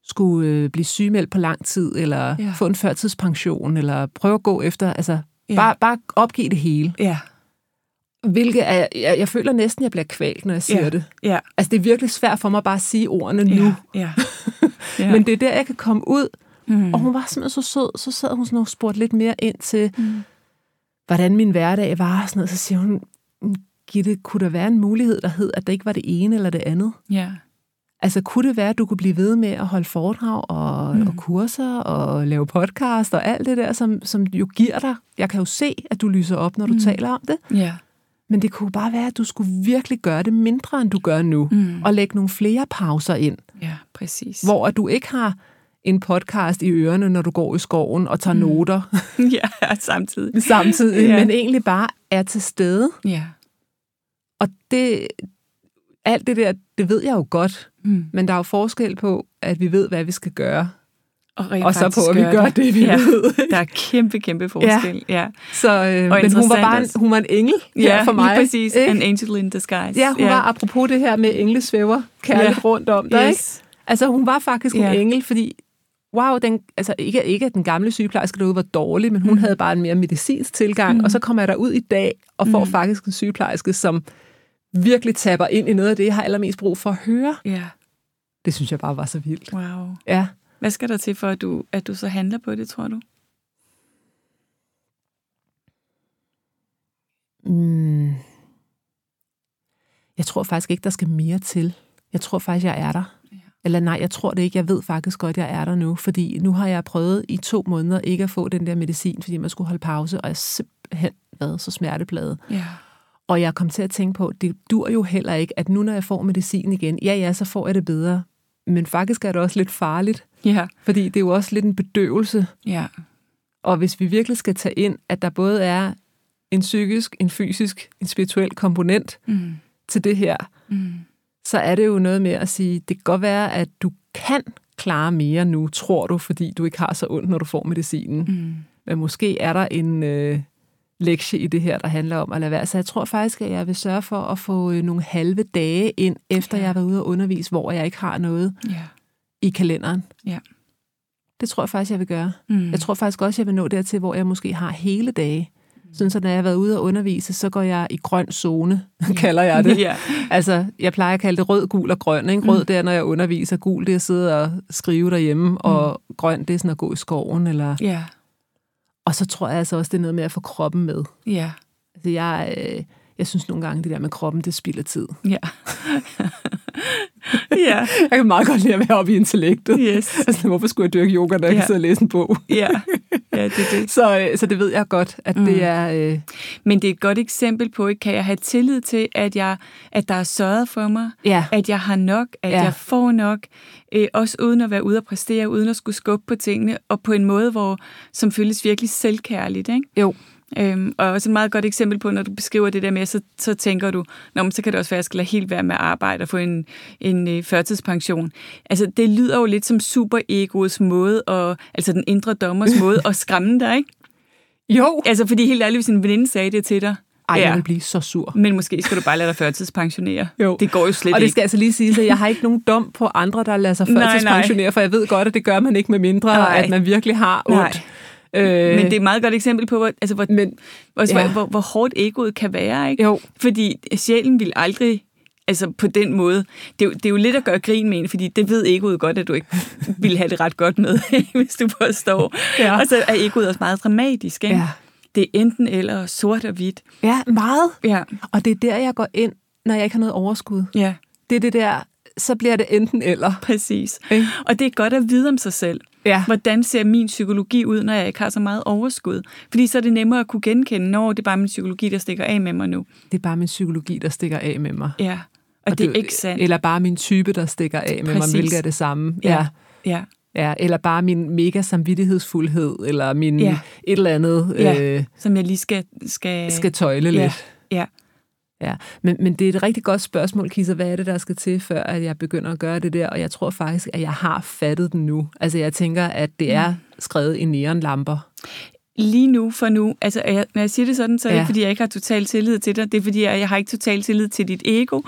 A: skulle øh, blive sygemeldt på lang tid, eller
B: Ja.
A: ja. få en førtidspension, eller prøve at gå efter, altså
B: Ja.
A: ja. bare, bare opgive det hele.
B: Ja.
A: Hvilket er, jeg, jeg føler næsten, jeg bliver kvalt, når jeg siger
B: Ja.
A: det.
B: Ja.
A: Altså, det er virkelig svært for mig bare at sige ordene nu.
B: Ja. Ja. ja.
A: Ja. [LAUGHS] Men det er der, jeg kan komme ud.
B: Mm.
A: Og hun var simpelthen så sød. Så sad hun sådan og spurgte lidt mere ind til, mm. hvordan min hverdag var. Og sådan noget. Så siger hun, "Mm, Gitte, kunne der være en mulighed, der hed, at det ikke var det ene eller det andet?
B: ja.
A: Altså, kunne det være, at du kunne blive ved med at holde foredrag og, mm. og kurser og lave podcast og alt det der, som, som jo giver dig? Jeg kan jo se, at du lyser op, når du mm. taler om det.
B: Ja.
A: Men det kunne bare være, at du skulle virkelig gøre det mindre, end du gør nu. Mm. Og lægge nogle flere pauser ind,
B: Ja, præcis.
A: hvor at du ikke har en podcast i ørerne, når du går i skoven og tager mm. noter
B: [LAUGHS]
A: [LAUGHS]
B: ja, samtidig.
A: samtidig,
B: Ja.
A: ja. men egentlig bare er til stede.
B: Ja.
A: Og det, alt det der, det ved jeg jo godt.
B: Mm.
A: Men der er jo forskel på, at vi ved, hvad vi skal gøre,
B: Og, rent
A: og så på,
B: faktisk
A: at vi gør det, vi
B: Ja.
A: ved.
B: Der er kæmpe, kæmpe forskel. Ja,
A: [LAUGHS] Så, øh, men hun var
B: interessant
A: bare en,
B: også.
A: hun var en engel
B: ja,
A: her for mig.
B: lige præcis.
A: ikke?
B: An angel in disguise.
A: Ja, hun ja. var apropos det her med englesvæver kærligt
B: Ja.
A: ja. rundt om dig. Yes.
B: yes.
A: Altså, hun var faktisk
B: Ja.
A: en engel, fordi wow, den, altså ikke, ikke at den gamle sygeplejerske derude var dårlig, men hun mm. havde bare en mere medicinsk tilgang, mm. og så kommer jeg derud i dag og får mm. faktisk en sygeplejerske, som virkelig tapper ind i noget af det, jeg har allermest brug for at høre.
B: Ja,
A: Det synes jeg bare var så vildt.
B: wow.
A: Ja.
B: Hvad skal der til for, at du, at du så handler på det, tror du?
A: Mm. Jeg tror faktisk ikke, der skal mere til. Jeg tror faktisk, jeg er der.
B: Ja.
A: Eller nej, jeg tror det ikke. Jeg ved faktisk godt, jeg er der nu, fordi nu har jeg prøvet i to måneder ikke at få den der medicin, fordi man skulle holde pause, og jeg har simpelthen været så smertepladet.
B: Ja.
A: Og jeg kom til at tænke på, det dur jo heller ikke, at nu når jeg får medicin igen, ja ja, så får jeg det bedre. Men faktisk er det også lidt farligt,
B: Ja.
A: fordi det er jo også lidt en bedøvelse.
B: Ja.
A: Og hvis vi virkelig skal tage ind, at der både er en psykisk, en fysisk, en spirituel komponent
B: Mm.
A: til det her,
B: Mm.
A: så er det jo noget med at sige, det kan godt være, at du kan klare mere nu, tror du, fordi du ikke har så ondt, når du får medicinen.
B: Mm.
A: Men måske er der en øh, lektie i det her, der handler om at lade være. Så jeg tror faktisk, at jeg vil sørge for at få øh, nogle halve dage ind, efter
B: Ja.
A: ja. jeg har været ude og undervise, hvor jeg ikke har noget
B: Ja.
A: i kalenderen.
B: Ja.
A: Det tror jeg faktisk, jeg vil gøre.
B: Mm.
A: Jeg tror faktisk også, jeg vil nå dertil, hvor jeg måske har hele dage.
B: Mm.
A: Sådan så når jeg har været ude og undervise, så går jeg i grøn zone, [LAUGHS] kalder jeg
B: [LAUGHS]
A: det.
B: Ja. Mm.
A: Altså, jeg plejer at kalde det rød, gul og grøn. Ikke? Rød, det er, når jeg underviser. Gul, det er at sidde og skrive derhjemme. Og grøn, det er sådan at gå i skoven. Eller
B: Ja.
A: Og så tror jeg altså også, det er noget med at få kroppen med.
B: Ja.
A: Altså, jeg, øh, jeg synes nogle gange, det der med kroppen, det spilder tid.
B: Ja. [LAUGHS] ja.
A: Jeg kan meget godt lide at være oppe i intellektet.
B: Yes.
A: [LAUGHS] Altså, hvorfor skulle jeg dyrke yoga, når jeg
B: Ja.
A: kan sidde og læse en bog?
B: Ja. ja, det er det.
A: Så, øh, så det ved jeg godt, at mm. det er... Øh,
B: Men det er et godt eksempel på, ikke? kan jeg have tillid til, at, jeg, at der er sørget for mig,
A: Ja.
B: at jeg har nok, at
A: Ja.
B: ja. jeg får nok, øh, også uden at være ude og præstere, uden at skulle skubbe på tingene, og på en måde, hvor, som føles virkelig selvkærligt. Ikke?
A: jo,
B: Øhm, og også et meget godt eksempel på, når du beskriver det der med, så, så tænker du, Nå, men så kan det også være, at jeg skal lade helt være med at arbejde og få en, en øh, førtidspension. Altså, det lyder jo lidt som superegoets måde, og, altså den indre dommers måde at skræmme dig, ikke?
A: jo.
B: Altså, fordi helt ærligt, hvis en veninde sagde det til dig,
A: Ej, jeg vil blive så sur.
B: men måske skal du bare lade dig førtidspensionere.
A: Jo.
B: Det går jo slet
A: og det
B: ikke.
A: skal altså lige sige, at jeg har ikke nogen dom på andre, der lader [LAUGHS] sig
B: Nej,
A: førtidspensionere, for jeg ved godt, at det gør man ikke med mindre,
B: Nej.
A: at man virkelig har
B: Nej.
A: ondt. Øh,
B: Men det er et meget godt eksempel på, hvor, altså, hvor,
A: men
B: også,
A: ja.
B: hvor, hvor, hvor hårdt egoet kan være. Ikke?
A: Jo.
B: Fordi sjælen vil aldrig, altså på den måde, det, er jo- det er jo lidt at gøre grin med en, fordi det ved egoet godt, at du ikke vil have det ret godt med, [LAUGHS] ikke? hvis du forstår.
A: Ja.
B: Og så er egoet også meget dramatisk. Ikke?
A: Ja.
B: Det er enten eller og sort og hvidt.
A: ja, meget.
B: Ja,
A: Og det er der, jeg går ind, når jeg ikke har noget overskud.
B: ja.
A: Det er det der, så bliver det enten eller.
B: Præcis.
A: Ikke?
B: Og det er godt at vide om sig selv.
A: Ja.
B: Hvordan ser min psykologi ud, når jeg ikke har så meget overskud? Fordi så er det nemmere at kunne genkende, når det er bare min psykologi, der stikker af med mig nu.
A: Det er bare min psykologi, der stikker af med mig.
B: Ja. Og, og det er ikke sandt.
A: Eller bare min type, der stikker af med
B: Præcis.
A: mig, hvilket er det samme.
B: Ja. ja.
A: ja. Eller bare min mega samvittighedsfuldhed, eller min
B: Ja.
A: ja. et eller andet
B: Ja.
A: ja. øh,
B: Som jeg lige skal... Skal,
A: skal tøjle
B: ja.
A: lidt.
B: ja.
A: Ja, men, men det er et rigtig godt spørgsmål, Kisa. Hvad er det, der skal til, før at jeg begynder at gøre det der? Og jeg tror faktisk, at jeg har fattet den nu. Altså, jeg tænker, at det
B: Mm.
A: er skrevet i neonlamper.
B: Lige nu for nu, altså er jeg- når jeg siger det sådan, så er det
A: Ja.
B: ikke, fordi jeg ikke har total tillid til dig. Det er, fordi jeg, jeg har ikke total tillid til dit
A: [LAUGHS]
B: ego.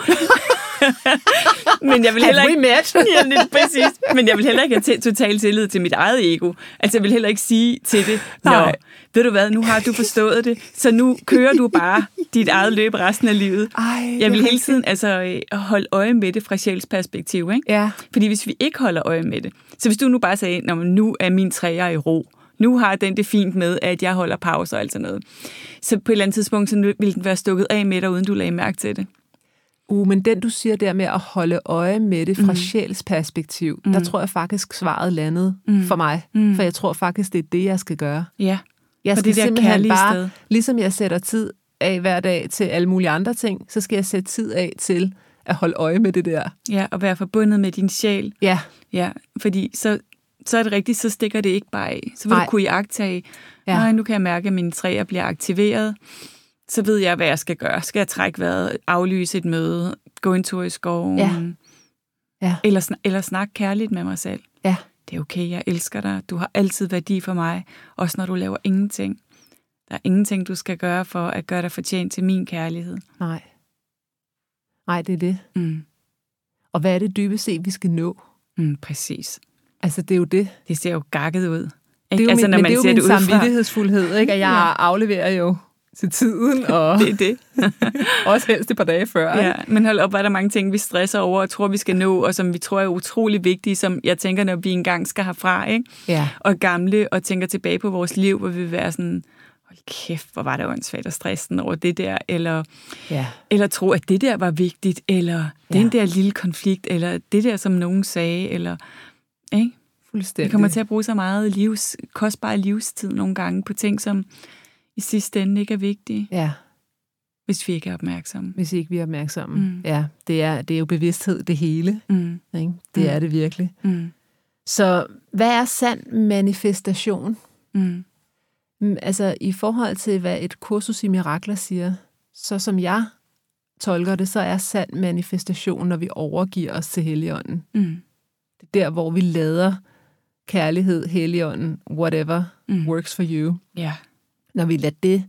B: Men jeg vil heller ikke...
A: met?
B: [LAUGHS] Ja, lidt præcis. Men jeg vil heller ikke have til- total tillid til mit eget ego. Altså, jeg vil heller ikke sige til det, Nå,
A: Nej.
B: ved du hvad, nu har du forstået det, så nu kører du bare dit eget løb resten af livet.
A: Ej,
B: Jeg vil hele
A: helt...
B: tiden altså, øh, holde øje med det fra sjæls perspektiv. Ikke?
A: Ja,
B: Fordi hvis vi ikke holder øje med det, så hvis du nu bare sagde, at nu er min træer i ro, nu har den det fint med, at jeg holder pauser og alt sådan noget, så på et eller andet tidspunkt, så vil den være stukket af med dig, uden du lagde mærke til det.
A: uh, men den du siger der med at holde øje med det fra mm. sjælsperspektiv, mm. der tror jeg faktisk, svaret landede mm. for mig. Mm. For jeg tror faktisk, det er det, jeg skal gøre.
B: Ja.
A: Jeg
B: Fra
A: skal
B: det der
A: simpelthen
B: kærlige
A: bare,
B: sted.
A: sted. ligesom jeg sætter tid af hver dag til alle mulige andre ting, så skal jeg sætte tid af til at holde øje med det der.
B: Ja, og være forbundet med din sjæl.
A: Ja,
B: Ja, fordi så, så er det rigtigt, så stikker det ikke bare af. Så vil Ej.
A: Nej.
B: du kunne iagtage, ja.
A: Ja.
B: nej, nu kan jeg mærke, at mine træer bliver aktiveret. Så ved jeg, hvad jeg skal gøre. Skal jeg trække vejret, aflyse et møde, gå en tur i skoven?
A: Ja. Ja.
B: Eller, sn- eller snakke kærligt med mig selv.
A: ja.
B: Det er okay, jeg elsker dig. Du har altid værdi for mig, også når du laver ingenting. Der er ingenting, du skal gøre for at gøre dig fortjent til min kærlighed.
A: Nej. Nej, det er det.
B: Mm.
A: Og hvad er det dybest set, vi skal nå?
B: Mm, præcis.
A: Altså, det er jo det.
B: Det ser jo gakket ud.
A: Det er jo
B: Altså,
A: min, men det er jo min samvittighedsfuldhed, ikke? Og jeg
B: Ja.
A: ja. afleverer jo til tiden,
B: [LAUGHS]
A: og
B: [LAUGHS] Det er det.
A: også helst et par dage før.
B: Ja,
A: Ja.
B: men hold op, hvor er der mange ting, vi stresser over og tror, vi skal nå, og som vi tror er utrolig vigtige, som jeg tænker, når vi engang skal herfra, ikke?
A: ja.
B: og er gamle, og tænker tilbage på vores liv, hvor vi vil være sådan, hold kæft, hvor var det åndssvagt og stressen over det der, eller,
A: ja.
B: eller tro, at det der var vigtigt, eller ja. den der lille konflikt, eller det der, som nogen sagde, eller... Ikke? Vi
A: Fuldstændig.
B: kommer til at bruge så meget livs, kostbar livstid nogle gange på ting, som i sidste ende ikke er vigtige,
A: Ja,
B: hvis vi ikke er opmærksomme.
A: hvis ikke vi er opmærksomme.
B: Mm.
A: Mm. Ja, det er, det er jo bevidsthed, det hele.
B: Mm,
A: Ikke? Det
B: Mm.
A: er det virkelig.
B: mm,
A: Så hvad er sand manifestation?
B: mm.
A: Mm, Altså, i forhold til, hvad et kursus i mirakler siger, så som jeg tolker det, så er sand manifestation, når vi overgiver os til Helligånden.
B: Mm.
A: Det er der, hvor vi lader kærlighed, Helligånden, whatever
B: Mm.
A: mm. works for you.
B: Ja.
A: Når vi lader det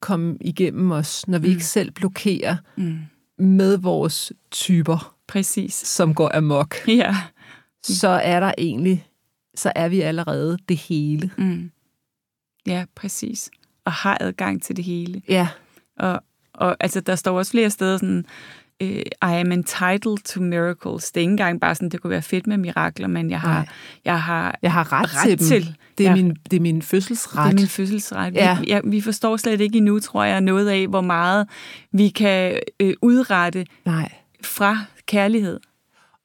A: komme igennem os, når vi mm. ikke selv blokerer
B: Mm.
A: med vores typer, [LAUGHS]
B: Præcis.
A: som går amok,
B: Ja.
A: så er der egentlig, så er vi allerede det hele.
B: Mm. Ja, præcis. Og har adgang til det hele.
A: Ja,
B: Og, og altså, der står også flere steder sådan, øh, I am entitled to miracles. Det er ikke engang bare sådan, det kunne være fedt med mirakler, men jeg har,
A: Nej.
B: jeg har
A: Jeg har ret,
B: Ret
A: til dem.
B: til.
A: Det, er
B: Ja.
A: min, det er min fødselsret.
B: Det er min fødselsret.
A: Ja.
B: Ja. Vi, ja, vi forstår slet ikke endnu, tror jeg, noget af, hvor meget vi kan øh, udrette
A: Nej.
B: fra kærlighed.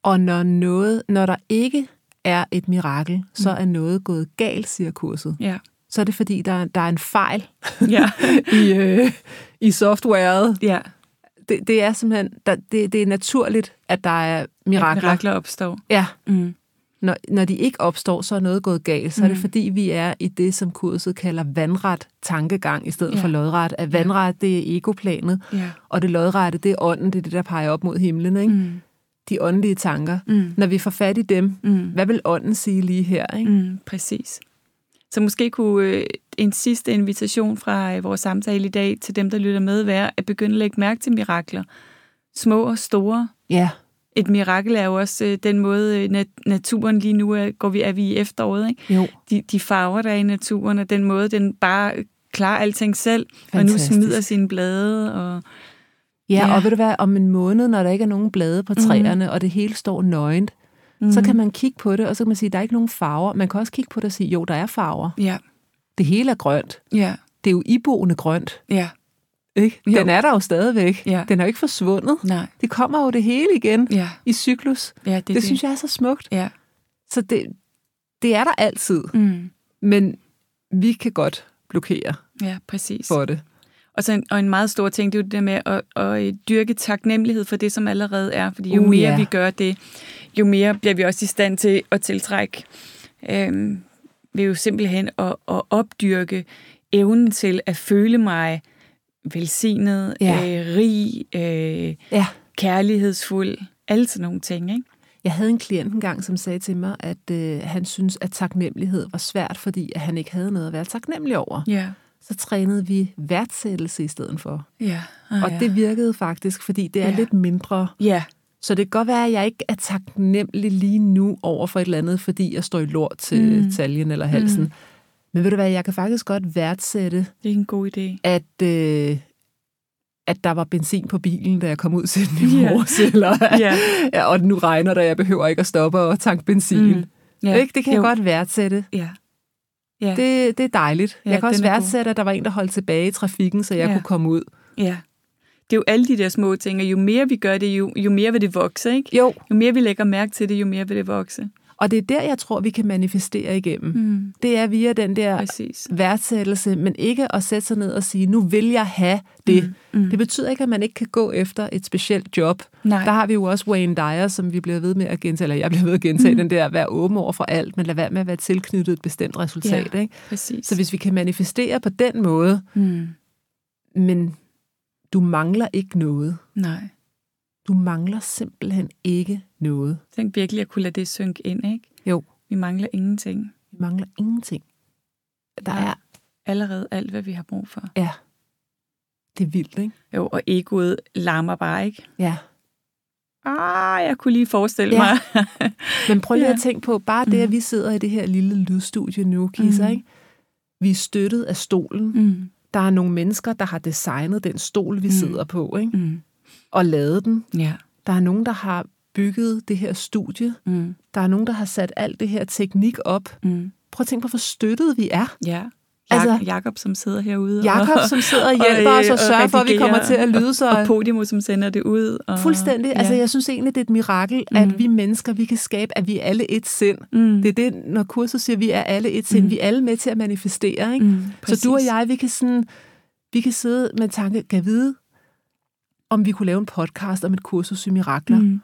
A: Og når, noget, når der ikke er et mirakel, så er noget gået galt, siger kurset. [LAUGHS]
B: Ja.
A: Så er det, fordi der, der er en [LAUGHS] fejl
B: Ja.
A: i, øh, i softwaret.
B: ja.
A: Det, det er simpelthen, der, det, det er naturligt, at der er mirakler.
B: Mirakler opstår.
A: Ja,
B: Mm.
A: når, når de ikke opstår, så er noget gået galt. Så er det, fordi vi er i det, som kurset kalder vandret tankegang, i stedet ja.
B: Ja.
A: for lodret. At vandret, det er egoplanet,
B: Ja.
A: og det lodrette, det er ånden, det er det, der peger op mod himlen. Ikke?
B: Mm.
A: De åndelige tanker.
B: Mm.
A: Når vi får fat i dem,
B: Mm.
A: hvad vil ånden sige lige her? Ikke?
B: Mm, præcis. Så måske kunne øh, en sidste invitation fra øh, vores samtale i dag til dem, der lytter med, være at begynde at lægge mærke til mirakler. Små og store.
A: Ja.
B: Et mirakel er jo også øh, den måde, øh, nat- naturen lige nu er, går vi, er vi i efteråret. Ikke?
A: Jo.
B: De, de farver, der er i naturen, og den måde, den bare klarer alting selv,
A: Fantastisk.
B: og nu smider sine blade. Og,
A: Ja,
B: Ja. Mm.
A: og ved du hvad, om en måned, når der ikke er nogen blade på træerne, og det hele står nøgent, mm. så kan man kigge på det, og så kan man sige, der er ikke nogen farver. Man kan også kigge på det og sige, jo, der er farver.
B: ja,
A: Det hele er grønt.
B: ja,
A: Det er jo iboende grønt.
B: ja,
A: Ikke?
B: Jo.
A: Den er der jo stadigvæk.
B: Ja.
A: Den er jo ikke forsvundet.
B: nej,
A: Det kommer jo det hele igen
B: ja,
A: i cyklus. Det,
B: ja, det, er
A: det synes jeg er så smukt.
B: Ja.
A: Så det, det er der altid.
B: Mm,
A: Men vi kan godt blokere
B: ja, præcis.
A: for det.
B: Og, så en, og en meget stor ting, det er jo det der med at, at øh, dyrke taknemmelighed for det, som allerede er. Fordi jo
A: Uh,
B: uh, mere
A: ja.
B: vi gør det, jo mere bliver vi også i stand til at tiltrække. Øhm, ved jo simpelthen at, at opdyrke evnen til at føle mig velsignet,
A: Ja.
B: ja. øh, rig, øh,
A: Ja.
B: kærlighedsfuld. Alle sådan nogle ting, ikke?
A: Jeg havde en klient engang, som sagde til mig, at øh, han synes at taknemmelighed var svært, fordi at han ikke havde noget at være taknemmelig over.
B: Ja,
A: Så trænede vi værdsættelse i stedet for.
B: ja.
A: Og det virkede faktisk, fordi det er
B: Ja.
A: lidt mindre.
B: ja,
A: Så det kan godt være, at jeg ikke er taknemmelig lige nu over for et eller andet, fordi jeg står i lort til mm. taljen eller halsen. Mm. Men ved du hvad, jeg kan faktisk godt værdsætte,
B: det er en god idé.
A: at, øh, at der var benzin på bilen, da jeg kom ud til den i
B: Ja.
A: morges, eller
B: [LAUGHS] Ja.
A: ja, og nu regner det, og jeg behøver ikke at stoppe og tanke benzin. Mm. Ja. Ikke? Det kan jeg
B: jo.
A: godt værdsætte.
B: Ja. Ja.
A: Det, det er dejligt. Ja,
B: Ja,
A: jeg kan også
B: den er god.
A: værdsætte, at der var en, der holdt tilbage i trafikken, så jeg ja.
B: Ja.
A: kunne komme ud.
B: ja. Det er jo alle de der små ting, og jo mere vi gør det, jo, jo mere vil det vokse, ikke?
A: Jo,
B: Jo mere vi lægger mærke til det, jo mere vil det vokse.
A: og det er der, jeg tror, vi kan manifestere igennem.
B: Mm.
A: Det er via den der
B: Præcis.
A: værdsættelse, men ikke at sætte sig ned og sige, nu vil jeg have det. Mm. Mm. Det betyder ikke, at man ikke kan gå efter et specielt job.
B: Nej.
A: Der har vi jo også Wayne Dyer, som vi bliver ved med at gentage, eller jeg bliver ved at gentage mm. den der, være åben over for alt, men lad være med at være tilknyttet et bestemt resultat.
B: Ja.
A: Ikke?
B: Præcis.
A: Så hvis vi kan manifestere på den måde,
B: mm.
A: men du mangler ikke noget.
B: Nej.
A: Du mangler simpelthen ikke noget.
B: Tænk virkelig at kunne lade det synke ind, ikke?
A: Jo.
B: Vi mangler ingenting.
A: Du mangler ingenting. Der
B: Nej.
A: er,
B: Allerede alt, hvad vi har brug for.
A: ja, det er vildt, ikke?
B: Jo, og egoet larmer bare, ikke?
A: Ja.
B: Ah, jeg kunne lige forestille
A: Ja. [LAUGHS]
B: mig.
A: Men prøv lige
B: Ja. Mm.
A: at tænke på, bare det, at vi sidder i det her lille lydstudie nu, Kisa,
B: Mhm.
A: ikke? Vi er støttet af stolen.
B: mm.
A: Der er nogle mennesker, der har designet den stol, vi sidder på, ikke?
B: Mm.
A: og lavet den.
B: Ja.
A: Der er nogen, der har bygget det her studie.
B: Mm.
A: Der er nogen, der har sat alt det her teknik op.
B: Mm.
A: Prøv at tænke på, hvor støttet vi er.
B: Ja. Jak-
A: Altså-
B: altså, Jakob, som sidder herude.
A: Jakob,
B: [LAUGHS]
A: som sidder og hjælper
B: øh,
A: os og sørger for, at vi
B: redigerer,
A: kommer til at lyde så...
B: Og Podimo, som sender det ud. Og,
A: Fuldstændig. Altså, jeg synes egentlig, det er et mirakel, at vi mennesker, vi kan skabe, at vi er alle et sind.
B: Mm.
A: Det er det, når kurset siger, at vi er alle et sind. Vi er alle med til at manifestere, ikke?
B: Mm,
A: så du og
B: præcis.
A: jeg, vi kan, sådan, vi kan sidde med tanke, kan vide, om vi kunne lave en podcast om et kursus i mirakler.
B: Mm.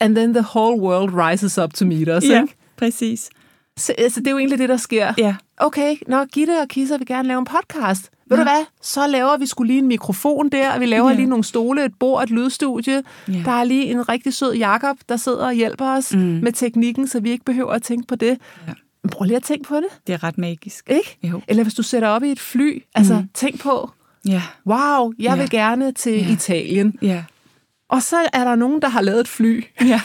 A: And then the whole world rises up to meet us.
B: Ja,
A: ikke?
B: præcis.
A: Så, altså, det er jo egentlig det, der sker.
B: Ja.
A: Okay, nå, Gitte og Kisser vil gerne lave en podcast. Ved du hvad? Så laver vi skulle lige en mikrofon der, og vi laver
B: Ja.
A: lige nogle stole, et bord, et lydstudie.
B: Ja.
A: Der er lige en rigtig sød Jakob, der sidder og hjælper os mm. med teknikken, så vi ikke behøver at tænke på det.
B: Ja.
A: Men Prøv lige at tænke på det,
B: Det er ret magisk.
A: ikke?
B: Jo.
A: Eller hvis du sætter op i et fly, altså mm. tænk på,
B: Ja,
A: wow, jeg ja.
B: Ja.
A: vil gerne til ja.
B: Ja.
A: Italien.
B: ja,
A: Og så er der nogen, der har lavet et fly.
B: ja.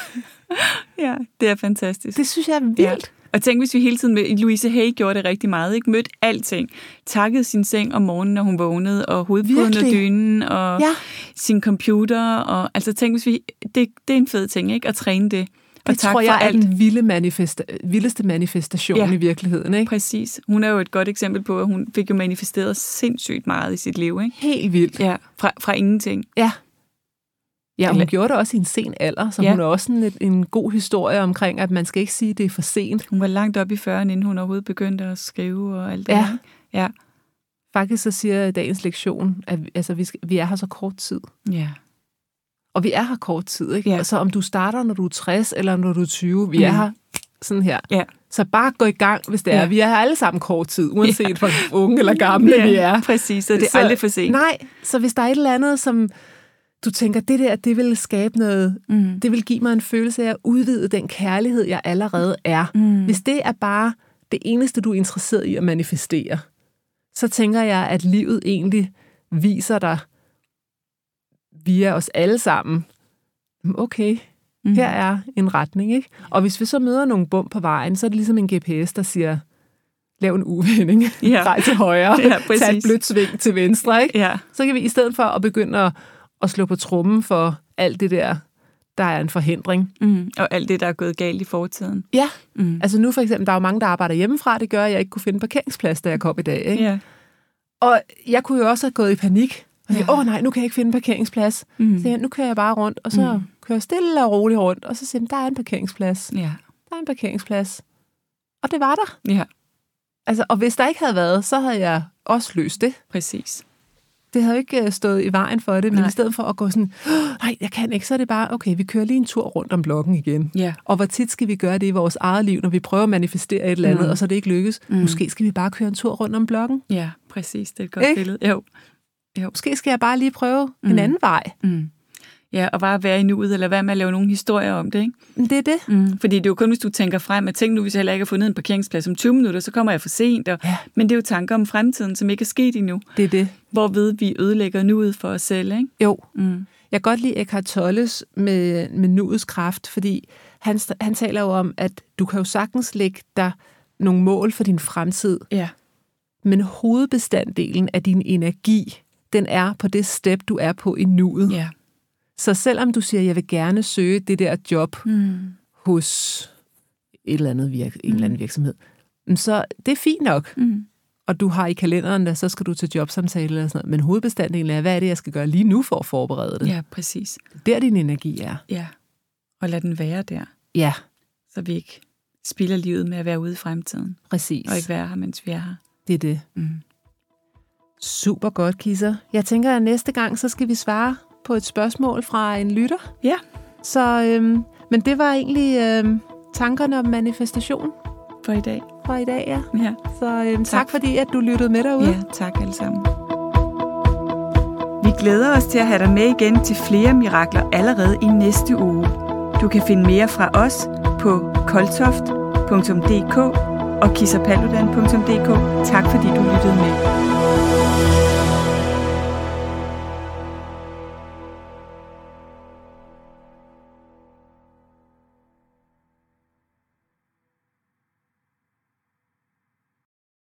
B: [LAUGHS] ja, det er fantastisk.
A: Det synes jeg er
B: Ja.
A: vildt.
B: Og tænk, hvis vi hele tiden med Louise Hay gjorde det rigtig meget, ikke? Mødte alting. Takkede sin seng om morgenen, når hun vågnede, og hovedpuden og
A: Virkelig.
B: dynen, og
A: Ja.
B: sin computer. Og, altså tænk, hvis vi, det, det er en fed ting, ikke? At træne det. Og
A: det
B: tak
A: tror
B: for
A: jeg er
B: alt.
A: den vilde manifesta- vildeste manifestation
B: Ja.
A: i virkeligheden. Ikke?
B: Præcis. Hun er jo et godt eksempel på, at hun fik jo manifesteret sindssygt meget i sit liv, ikke?
A: Helt vildt.
B: Ja, fra, fra ingenting.
A: Ja. Ja, hun
B: Eller-
A: gjorde det også i en sen alder, så
B: Ja.
A: ja. hun er også sådan en, en god historie omkring, at man skal ikke sige, at det er for sent.
B: Hun var langt op i 40'erne, inden hun overhovedet begyndte at skrive og alt det
A: Ja.
B: der, ikke? Ja.
A: Faktisk så siger dagens lektion, at vi- altså, vi, skal, vi er her så kort tid.
B: Ja.
A: Og vi er her kort tid, ikke?
B: Ja.
A: Ja. Altså om du starter, når du er 60 eller når du er 20, vi mm. er
B: Mm.
A: her sådan her.
B: Ja.
A: Så bare gå i gang, hvis det er.
B: Ja.
A: Vi er her alle sammen kort tid, uanset hvor unge eller gamle
B: ja,
A: vi er.
B: Præcis, så det er
A: Så-
B: aldrig for sent.
A: Nej, så hvis der er et eller andet, som du tænker, det der, det vil skabe noget,
B: Mm.
A: det vil give mig en følelse af at udvide den kærlighed, jeg allerede er.
B: Mm.
A: Hvis det er bare det eneste, du er interesseret i at manifestere, så tænker jeg, at livet egentlig viser dig via os alle sammen, "Mm, okay,
B: Mm.
A: her er en retning, ikke? Og hvis vi så møder nogle bump på vejen, så er det ligesom en GPS, der siger, lav en uvending,
B: [LAUGHS] Ja.
A: drej til højre,
B: [LAUGHS] Ja,
A: tag et
B: præcis.
A: blødt sving til venstre, ikke?
B: Ja,
A: Så kan vi i stedet for at begynde at, at slå på trummen for alt det der, der er en forhindring.
B: mm. og alt det, der er gået galt i fortiden.
A: Ja,
B: Mm.
A: altså nu for eksempel, der er jo mange, der arbejder hjemmefra, det gør, at jeg ikke kunne finde parkeringsplads, da jeg kom i dag. Ikke?
B: Ja.
A: Og jeg kunne jo også have gået i panik og sige, åh nej, nu kan jeg ikke finde en parkeringsplads.
B: Mm.
A: Mm. Så jeg, nu kører jeg bare rundt, og så mm. kører jeg stille og roligt rundt, og så siger jeg, der er en parkeringsplads,
B: Ja.
A: der er en parkeringsplads. Og det var der.
B: ja,
A: Altså, og hvis der ikke havde været, så havde jeg også løst det.
B: præcis.
A: Det havde jo ikke øh, stået i vejen for det, men
B: Nej.
A: nej. i stedet for at gå sådan, "Åh, nej, jeg kan ikke, så er det bare, okay, vi kører lige en tur rundt om blokken igen.
B: Ja.
A: Og hvor tit skal vi gøre det i vores eget liv, når vi prøver at manifestere et eller andet,
B: Mm.
A: mm. og så det ikke lykkes?
B: Mm.
A: Mm. Måske skal vi bare køre en tur rundt om blokken.
B: Ja, præcis. Det er et godt
A: Ikke?
B: billede. Jo.
A: Måske skal jeg bare lige prøve mm.
B: Mm.
A: en anden vej.
B: Mm. Ja, og bare være i nuet, eller hvad med at lave nogle historier om det, ikke?
A: Men det er det.
B: Mm. Fordi det er jo kun, hvis du tænker frem, at tænk nu, hvis jeg heller ikke har fundet en parkeringsplads om 20 minutter, så kommer jeg for sent. Og,
A: Ja.
B: Men det er jo tanker om fremtiden, som ikke er sket endnu,
A: Det er det.
B: hvorved vi ødelægger nuet for os selv, ikke?
A: Jo.
B: Mm.
A: Jeg kan godt lide Eckhart Tolles med, med nuets kraft, fordi han, st- han taler jo om, at du kan jo sagtens lægge dig nogle mål for din fremtid,
B: Ja.
A: men hovedbestanddelen af din energi, den er på det step, du er på i nuet.
B: Ja.
A: Så selvom du siger, jeg vil gerne søge det der job
B: Mm.
A: hos et eller andet virk- en eller anden virksomhed, mm, så det er fint nok.
B: Mm.
A: Og du har i kalenderen, at så skal du til jobsamtale eller sådan noget. Men hovedbestanddelen er, hvad er det, jeg skal gøre lige nu for at forberede det?
B: Ja, præcis.
A: Det er Der din energi er.
B: Ja. Og lad den være der,
A: Ja,
B: så vi ikke spilder livet med at være ude i fremtiden,
A: præcis.
B: og ikke være her, mens vi er her.
A: Det er det.
B: Mm.
A: Super godt, Kisser. Jeg tænker, at næste gang, så skal vi svare på et spørgsmål fra en lytter.
B: Ja,
A: Så, øhm, men det var egentlig øhm, tankerne om manifestation
B: for i dag.
A: for i dag, ja.
B: Ja,
A: Så øhm, tak. tak fordi, at du lyttede med derude.
B: ja tak alle sammen. Vi glæder os til at have dig med igen til flere mirakler allerede i næste uge. Du kan finde mere fra os på koltoft.dk og kissapaludan.dk. Tak fordi du lyttede med.